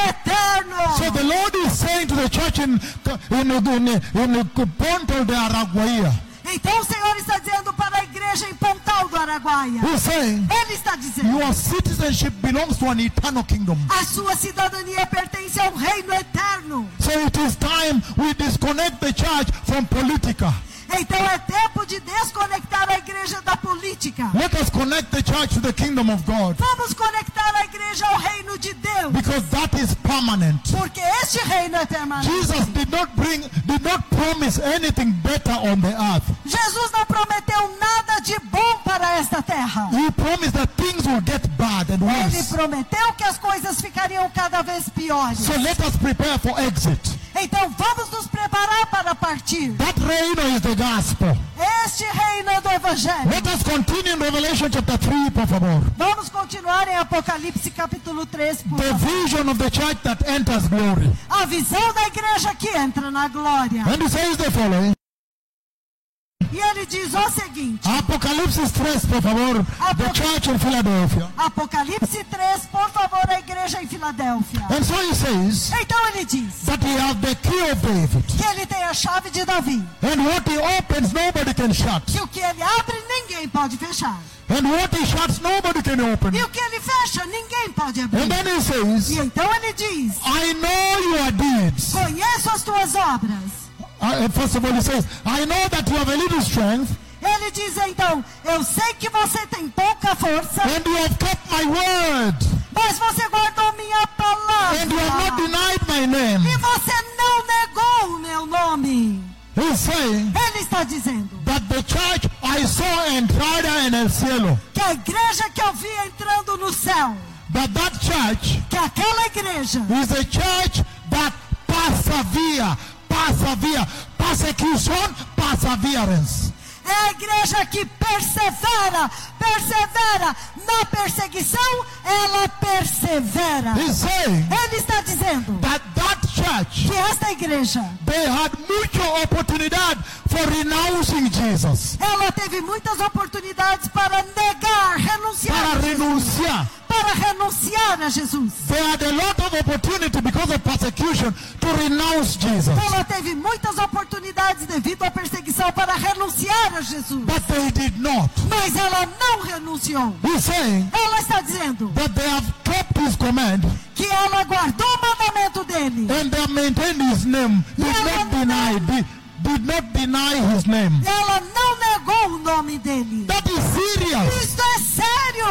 [SPEAKER 2] So
[SPEAKER 1] eterno.
[SPEAKER 2] the Lord is saying to the church in in in, in Pontal de Araguaia,
[SPEAKER 1] Então o Senhor está dizendo para a igreja em Pontal do Araguaia.
[SPEAKER 2] He's saying
[SPEAKER 1] Ele está dizendo,
[SPEAKER 2] your citizenship belongs to an eternal kingdom.
[SPEAKER 1] a sua cidadania pertence ao reino eterno.
[SPEAKER 2] So it is time we disconnect the church from politica.
[SPEAKER 1] Então é tempo de desconectar a igreja da política.
[SPEAKER 2] Let us connect the church to the kingdom of God
[SPEAKER 1] Vamos conectar a igreja ao reino de Deus.
[SPEAKER 2] because that is permanent.
[SPEAKER 1] Porque este reino é permanente.
[SPEAKER 2] Jesus did not bring, did not promise anything better on the earth.
[SPEAKER 1] Jesus não prometeu nada de bom para esta terra.
[SPEAKER 2] He promised that things will get bad and
[SPEAKER 1] Ele
[SPEAKER 2] worse.
[SPEAKER 1] prometeu que as coisas ficariam cada vez piores.
[SPEAKER 2] So let us prepare for exit.
[SPEAKER 1] Então vamos nos preparar para partir.
[SPEAKER 2] That reino is the gospel.
[SPEAKER 1] Este reino é do Evangelho.
[SPEAKER 2] Let us continue in Revelation chapter 3, por favor.
[SPEAKER 1] Vamos continuar em Apocalipse capítulo 3. Por
[SPEAKER 2] The
[SPEAKER 1] favor.
[SPEAKER 2] vision of the church that enters glory.
[SPEAKER 1] A visão da igreja que entra na glória.
[SPEAKER 2] And it says the following.
[SPEAKER 1] E ele diz o seguinte:
[SPEAKER 2] Apocalipse 3, por favor. The church in Philadelphia.
[SPEAKER 1] Apocalipse 3, por favor, a igreja em Filadélfia.
[SPEAKER 2] And so he says
[SPEAKER 1] Então ele diz
[SPEAKER 2] that he has the key of David.
[SPEAKER 1] que ele tem a chave de Davi.
[SPEAKER 2] And what he opens, nobody can shut.
[SPEAKER 1] Que o que ele abre, ninguém pode fechar.
[SPEAKER 2] And what he shuts, nobody can open.
[SPEAKER 1] E o que ele fecha, ninguém pode abrir.
[SPEAKER 2] And then he
[SPEAKER 1] E
[SPEAKER 2] says,
[SPEAKER 1] então ele diz:
[SPEAKER 2] I know your deeds.
[SPEAKER 1] Conheço as tuas obras.
[SPEAKER 2] Uh, first of all, he says, I know that you have a little strength
[SPEAKER 1] Ele diz então: Eu sei que você tem pouca força,
[SPEAKER 2] and you have kept my word
[SPEAKER 1] mas você guardou minha
[SPEAKER 2] and you have not
[SPEAKER 1] palavra.
[SPEAKER 2] denied my name.
[SPEAKER 1] E você não negou o meu nome.
[SPEAKER 2] He's saying
[SPEAKER 1] Ele está dizendo
[SPEAKER 2] that the church I saw entrada en el cielo,
[SPEAKER 1] que a igreja que eu vi entrando no céu,
[SPEAKER 2] but that church
[SPEAKER 1] que aquela igreja
[SPEAKER 2] is a church that persevere, persevere, persecution, perseverance.
[SPEAKER 1] é a igreja que persevera, persevera na perseguição, ela persevera.
[SPEAKER 2] He's saying
[SPEAKER 1] Ele está dizendo
[SPEAKER 2] that that church
[SPEAKER 1] que esta igreja
[SPEAKER 2] they had mucho oportunidad for renouncing Jesus.
[SPEAKER 1] Ela teve muitas oportunidades para negar, renunciar,
[SPEAKER 2] Para renunciar,
[SPEAKER 1] para, para renunciar a Jesus.
[SPEAKER 2] There had a lot of opportunity because of persecution to renounce Jesus.
[SPEAKER 1] Ela teve muitas oportunidades devido à perseguição para renunciar a Jesus.
[SPEAKER 2] But they did not.
[SPEAKER 1] Mas ela não renunciou.
[SPEAKER 2] He's saying
[SPEAKER 1] Ela está dizendo
[SPEAKER 2] that they have kept his command
[SPEAKER 1] que ela guardou o mandamento dele.
[SPEAKER 2] and they have maintained his name. Did
[SPEAKER 1] Yeah,
[SPEAKER 2] not
[SPEAKER 1] but-
[SPEAKER 2] deny did, did not deny his name.
[SPEAKER 1] Ela não negou o nome dele.
[SPEAKER 2] That is serious.
[SPEAKER 1] Isto é sério.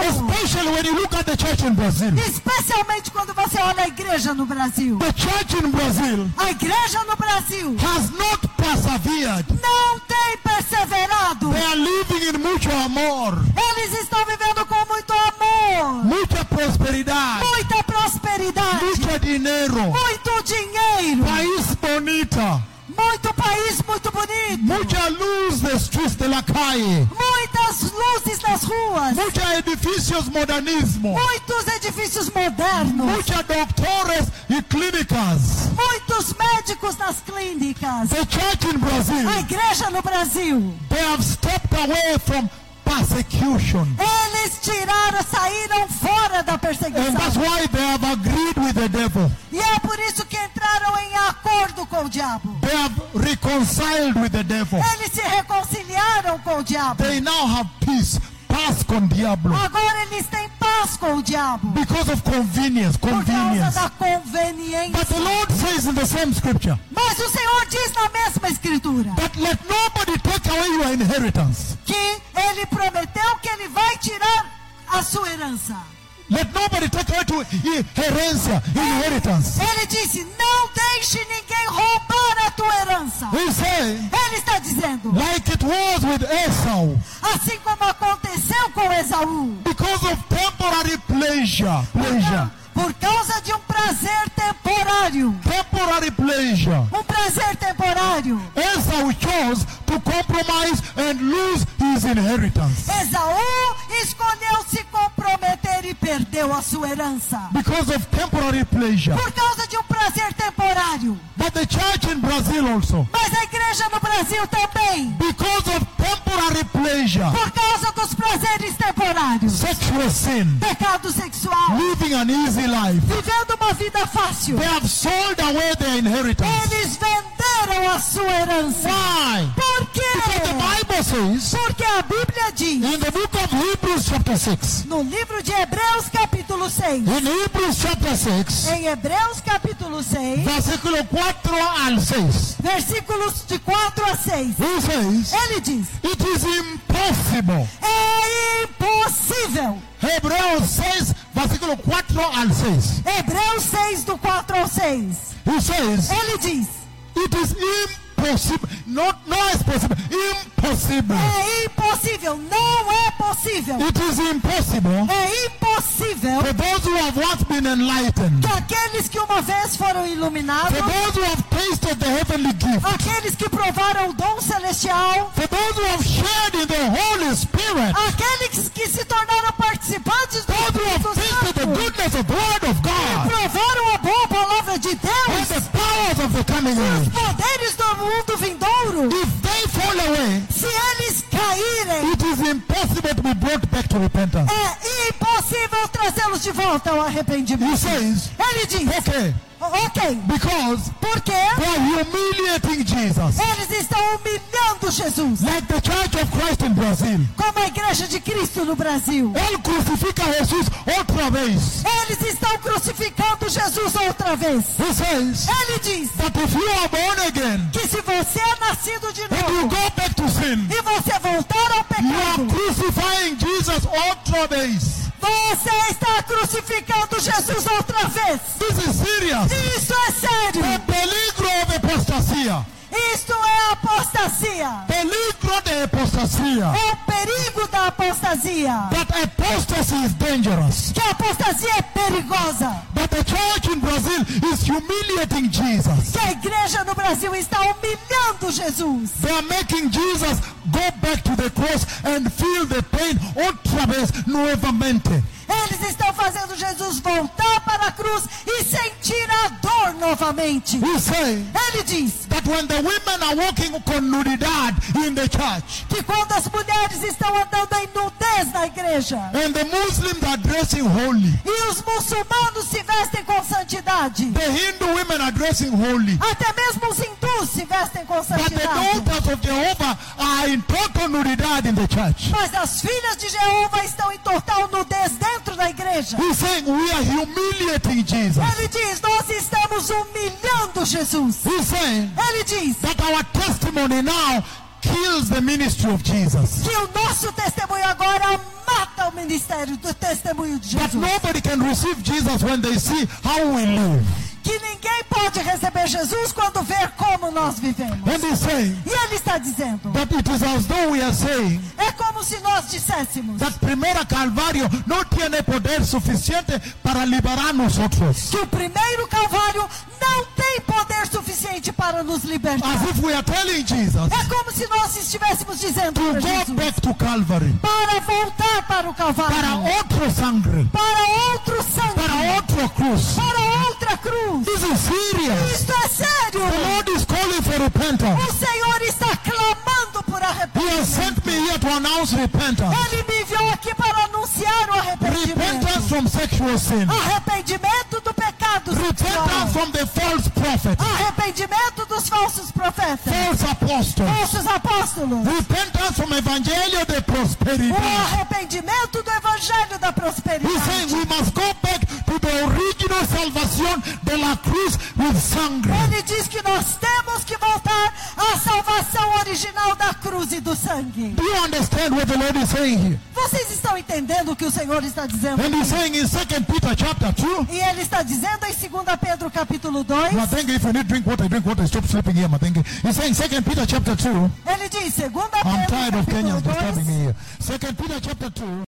[SPEAKER 2] Especially when you look at the church in Brazil.
[SPEAKER 1] Especialmente quando você olha a igreja no Brasil.
[SPEAKER 2] The church in Brazil
[SPEAKER 1] A igreja no Brasil
[SPEAKER 2] has not persevered.
[SPEAKER 1] não tem perseverado.
[SPEAKER 2] They are living in mucho amor,
[SPEAKER 1] Eles estão vivendo com muito amor,
[SPEAKER 2] mucha prosperidad,
[SPEAKER 1] muita prosperidade,
[SPEAKER 2] mucho dinero,
[SPEAKER 1] muito dinheiro,
[SPEAKER 2] país bonito,
[SPEAKER 1] muito país muito bonito,
[SPEAKER 2] mucha luz de streets de la calle,
[SPEAKER 1] muitas luzes nas ruas,
[SPEAKER 2] muchos edificios modernismo,
[SPEAKER 1] muitos edifícios modernos,
[SPEAKER 2] muchos doctores y clínicas.
[SPEAKER 1] muitos médicos nas clínicas.
[SPEAKER 2] The church in
[SPEAKER 1] A
[SPEAKER 2] Brazil,
[SPEAKER 1] igreja no Brasil,
[SPEAKER 2] they have stepped away from persecution.
[SPEAKER 1] eles tiraram, saíram fora da
[SPEAKER 2] And that's
[SPEAKER 1] perseguição.
[SPEAKER 2] why they have agreed with the devil.
[SPEAKER 1] E é por isso que entraram em acordo com o diabo.
[SPEAKER 2] They have reconciled with the devil.
[SPEAKER 1] Eles se reconciliaram com o diabo.
[SPEAKER 2] They now have peace, paz con diablo.
[SPEAKER 1] Agora eles têm paz com o diabo.
[SPEAKER 2] Because of convenience,
[SPEAKER 1] por causa
[SPEAKER 2] convenience.
[SPEAKER 1] da
[SPEAKER 2] But
[SPEAKER 1] conveniência.
[SPEAKER 2] the Lord says in the same scripture
[SPEAKER 1] Mas o Senhor diz na mesma escritura
[SPEAKER 2] that let nobody take away your inheritance.
[SPEAKER 1] que ele prometeu que ele vai tirar a sua herança.
[SPEAKER 2] Let nobody take away to herencia, inheritance.
[SPEAKER 1] Ele disse: "Não deixe ninguém roubar a tua herança."
[SPEAKER 2] He say,
[SPEAKER 1] Ele está dizendo,
[SPEAKER 2] like it was with Esau,
[SPEAKER 1] assim como aconteceu com Esaú,
[SPEAKER 2] because of temporary pleasure, pleasure,
[SPEAKER 1] por causa de um prazer temporário,
[SPEAKER 2] temporary pleasure.
[SPEAKER 1] um prazer temporário,
[SPEAKER 2] Esau chose to compromise and lose his inheritance
[SPEAKER 1] Esaú escolheu se comprometer e perdeu a sua herança.
[SPEAKER 2] because of temporary pleasure.
[SPEAKER 1] por causa de um prazer temporário.
[SPEAKER 2] But the church in Brazil also,
[SPEAKER 1] Mas a igreja no Brasil também,
[SPEAKER 2] because of temporary pleasure,
[SPEAKER 1] por causa dos prazeres temporários.
[SPEAKER 2] sexual sin,
[SPEAKER 1] Pecado sexual,
[SPEAKER 2] living an easy life,
[SPEAKER 1] vivendo uma vida fácil.
[SPEAKER 2] they have sold away their inheritance.
[SPEAKER 1] Eles venderam a sua herança.
[SPEAKER 2] Why?
[SPEAKER 1] Por
[SPEAKER 2] Because the
[SPEAKER 1] quê?
[SPEAKER 2] Bible says
[SPEAKER 1] Porque a Bíblia diz,
[SPEAKER 2] in the book of Hebrews, chapter 6,
[SPEAKER 1] no livro de Hebreus, capítulo 6,
[SPEAKER 2] in Hebrews, chapter 6,
[SPEAKER 1] em Hebreus, capítulo 6,
[SPEAKER 2] versículo 4 al 6,
[SPEAKER 1] versículos de 4 a 6,
[SPEAKER 2] he says,
[SPEAKER 1] ele diz:
[SPEAKER 2] It is impossible.
[SPEAKER 1] É impossível.
[SPEAKER 2] Hebrews 6, versículo 4 al 6,
[SPEAKER 1] Hebreus 6, do 4 ao 6.
[SPEAKER 2] he says,
[SPEAKER 1] Ele diz:
[SPEAKER 2] It is impossible. Not, no, it's possible. Impossible.
[SPEAKER 1] é impossível, não é possível.
[SPEAKER 2] It is impossible
[SPEAKER 1] É impossível
[SPEAKER 2] for those who have once been enlightened,
[SPEAKER 1] que aqueles que uma vez foram iluminados,
[SPEAKER 2] for those who have tasted the heavenly gift,
[SPEAKER 1] aqueles que provaram o dom celestial,
[SPEAKER 2] for those who have shared in the Holy Spirit,
[SPEAKER 1] aqueles que se tornaram participantes do
[SPEAKER 2] those who have
[SPEAKER 1] Espírito
[SPEAKER 2] tasted the
[SPEAKER 1] Santo,
[SPEAKER 2] goodness of the Word of God,
[SPEAKER 1] provaram a boa palavra de
[SPEAKER 2] and
[SPEAKER 1] Deus,
[SPEAKER 2] the powers of the coming
[SPEAKER 1] os
[SPEAKER 2] age.
[SPEAKER 1] poderes do mundo vindouro.
[SPEAKER 2] If they fall away,
[SPEAKER 1] Se eles caírem,
[SPEAKER 2] it is impossible to be brought back to repentance.
[SPEAKER 1] é impossível trazê-los de volta ao
[SPEAKER 2] He
[SPEAKER 1] arrependimento.
[SPEAKER 2] says,
[SPEAKER 1] Ele diz:
[SPEAKER 2] okay,
[SPEAKER 1] ok,
[SPEAKER 2] because
[SPEAKER 1] por quê?
[SPEAKER 2] they are humiliating Jesus.
[SPEAKER 1] Eles estão humilhando Jesus,
[SPEAKER 2] Like the Church of Christ in Brazil.
[SPEAKER 1] como a igreja de Cristo no Brasil.
[SPEAKER 2] Él crucifica a Jesús otra vez.
[SPEAKER 1] Eles estão crucificando Jesus outra vez.
[SPEAKER 2] He says
[SPEAKER 1] Ele diz
[SPEAKER 2] that if you are born again
[SPEAKER 1] que se você é nascido de
[SPEAKER 2] and you
[SPEAKER 1] novo
[SPEAKER 2] go back to sin,
[SPEAKER 1] e você voltar ao
[SPEAKER 2] you are
[SPEAKER 1] pecado,
[SPEAKER 2] crucifying Jesus otra vez.
[SPEAKER 1] você está crucificando Jesus outra vez.
[SPEAKER 2] This is serious.
[SPEAKER 1] Isso é
[SPEAKER 2] The
[SPEAKER 1] sério.
[SPEAKER 2] peligro de apostasía.
[SPEAKER 1] Isto é apostasia.
[SPEAKER 2] Peligro de apostasía.
[SPEAKER 1] É o perigo da apostasia.
[SPEAKER 2] That apostasy is dangerous.
[SPEAKER 1] Que a apostasia é perigosa.
[SPEAKER 2] But the church in Brazil is humiliating Jesus.
[SPEAKER 1] Que a igreja no Brasil está humilhando Jesus.
[SPEAKER 2] They are making Oh, Jesus go back to the cross and feel the pain otra vez nuevamente.
[SPEAKER 1] Eles estão fazendo Jesus voltar para a cruz e sentir a dor novamente.
[SPEAKER 2] We say
[SPEAKER 1] Ele diz
[SPEAKER 2] that when the women are walking con nudidad in the church
[SPEAKER 1] que quando as mulheres estão andando em nudez na igreja
[SPEAKER 2] and the Muslims are dressing holy,
[SPEAKER 1] e os muçulmanos se vestem com santidade,
[SPEAKER 2] the Hindu women are dressing holy,
[SPEAKER 1] até mesmo os hindus se vestem com
[SPEAKER 2] but the
[SPEAKER 1] santidade.
[SPEAKER 2] daughters of Jehovah are in total nudidad in the church.
[SPEAKER 1] Mas as filhas de Jeová estão em total nudez dentro da igreja.
[SPEAKER 2] He's saying we are humiliating Jesus.
[SPEAKER 1] Ele diz: Nós estamos humilhando Jesus.
[SPEAKER 2] He's saying
[SPEAKER 1] Ele diz
[SPEAKER 2] that our testimony now kills the ministry of Jesus.
[SPEAKER 1] que o nosso testemunho agora mata o ministério do testemunho de
[SPEAKER 2] But
[SPEAKER 1] Jesus.
[SPEAKER 2] nobody can receive Jesus when they see how we live.
[SPEAKER 1] Que ninguém pode receber Jesus quando ver como nós vivemos.
[SPEAKER 2] And he's saying
[SPEAKER 1] E ele está dizendo:
[SPEAKER 2] that it is as though we are saying
[SPEAKER 1] É como se nós disséssemos
[SPEAKER 2] that Primera Calvario no tiene poder suficiente para liberar a nosotros.
[SPEAKER 1] que o primeiro Calvário não tem poder suficiente para nos libertar.
[SPEAKER 2] As if we are telling Jesus
[SPEAKER 1] É como se nós estivéssemos dizendo
[SPEAKER 2] to
[SPEAKER 1] para
[SPEAKER 2] go
[SPEAKER 1] Jesus
[SPEAKER 2] back to Calvary.
[SPEAKER 1] para voltar para o
[SPEAKER 2] Para
[SPEAKER 1] Calvário,
[SPEAKER 2] otro sangre.
[SPEAKER 1] para outro
[SPEAKER 2] Para
[SPEAKER 1] sangue,
[SPEAKER 2] otro cruz.
[SPEAKER 1] para outra cruz.
[SPEAKER 2] This is serious.
[SPEAKER 1] Isto é sério.
[SPEAKER 2] The Lord is calling for repentance.
[SPEAKER 1] O Senhor está clamando por
[SPEAKER 2] He has
[SPEAKER 1] arrependimento.
[SPEAKER 2] sent me here to announce repentance.
[SPEAKER 1] Ele me enviou aqui para anunciar o
[SPEAKER 2] Repentance
[SPEAKER 1] arrependimento.
[SPEAKER 2] from sexual sin.
[SPEAKER 1] Arrependimento do pecado sexual.
[SPEAKER 2] Repentance from the false prophet,
[SPEAKER 1] Arrependimento dos falsos profetas,
[SPEAKER 2] false apostle.
[SPEAKER 1] falsos apóstolos.
[SPEAKER 2] Repentance from evangelio de
[SPEAKER 1] O
[SPEAKER 2] prosperidad.
[SPEAKER 1] arrependimento do evangelho da
[SPEAKER 2] He's saying
[SPEAKER 1] prosperidade.
[SPEAKER 2] we must go back to the original salvación de la cruz with sangre.
[SPEAKER 1] Ele diz que nós temos que voltar à salvação original da cruz e do sangue.
[SPEAKER 2] Do you understand what the Lord is saying here?
[SPEAKER 1] Vocês estão entendendo o que o Senhor está dizendo?
[SPEAKER 2] And he's saying in 2 Peter chapter 2.
[SPEAKER 1] E ele está dizendo em 2 Pedro capítulo 2,
[SPEAKER 2] Matengi, if you need drink water, drink water. Stop sleeping here, Matengi. He's saying 2 Peter chapter 2.
[SPEAKER 1] ele diz, 2
[SPEAKER 2] I'm tired
[SPEAKER 1] Pedro
[SPEAKER 2] of Kenyans
[SPEAKER 1] capítulo 2,
[SPEAKER 2] disturbing me here. 2 Peter chapter 2.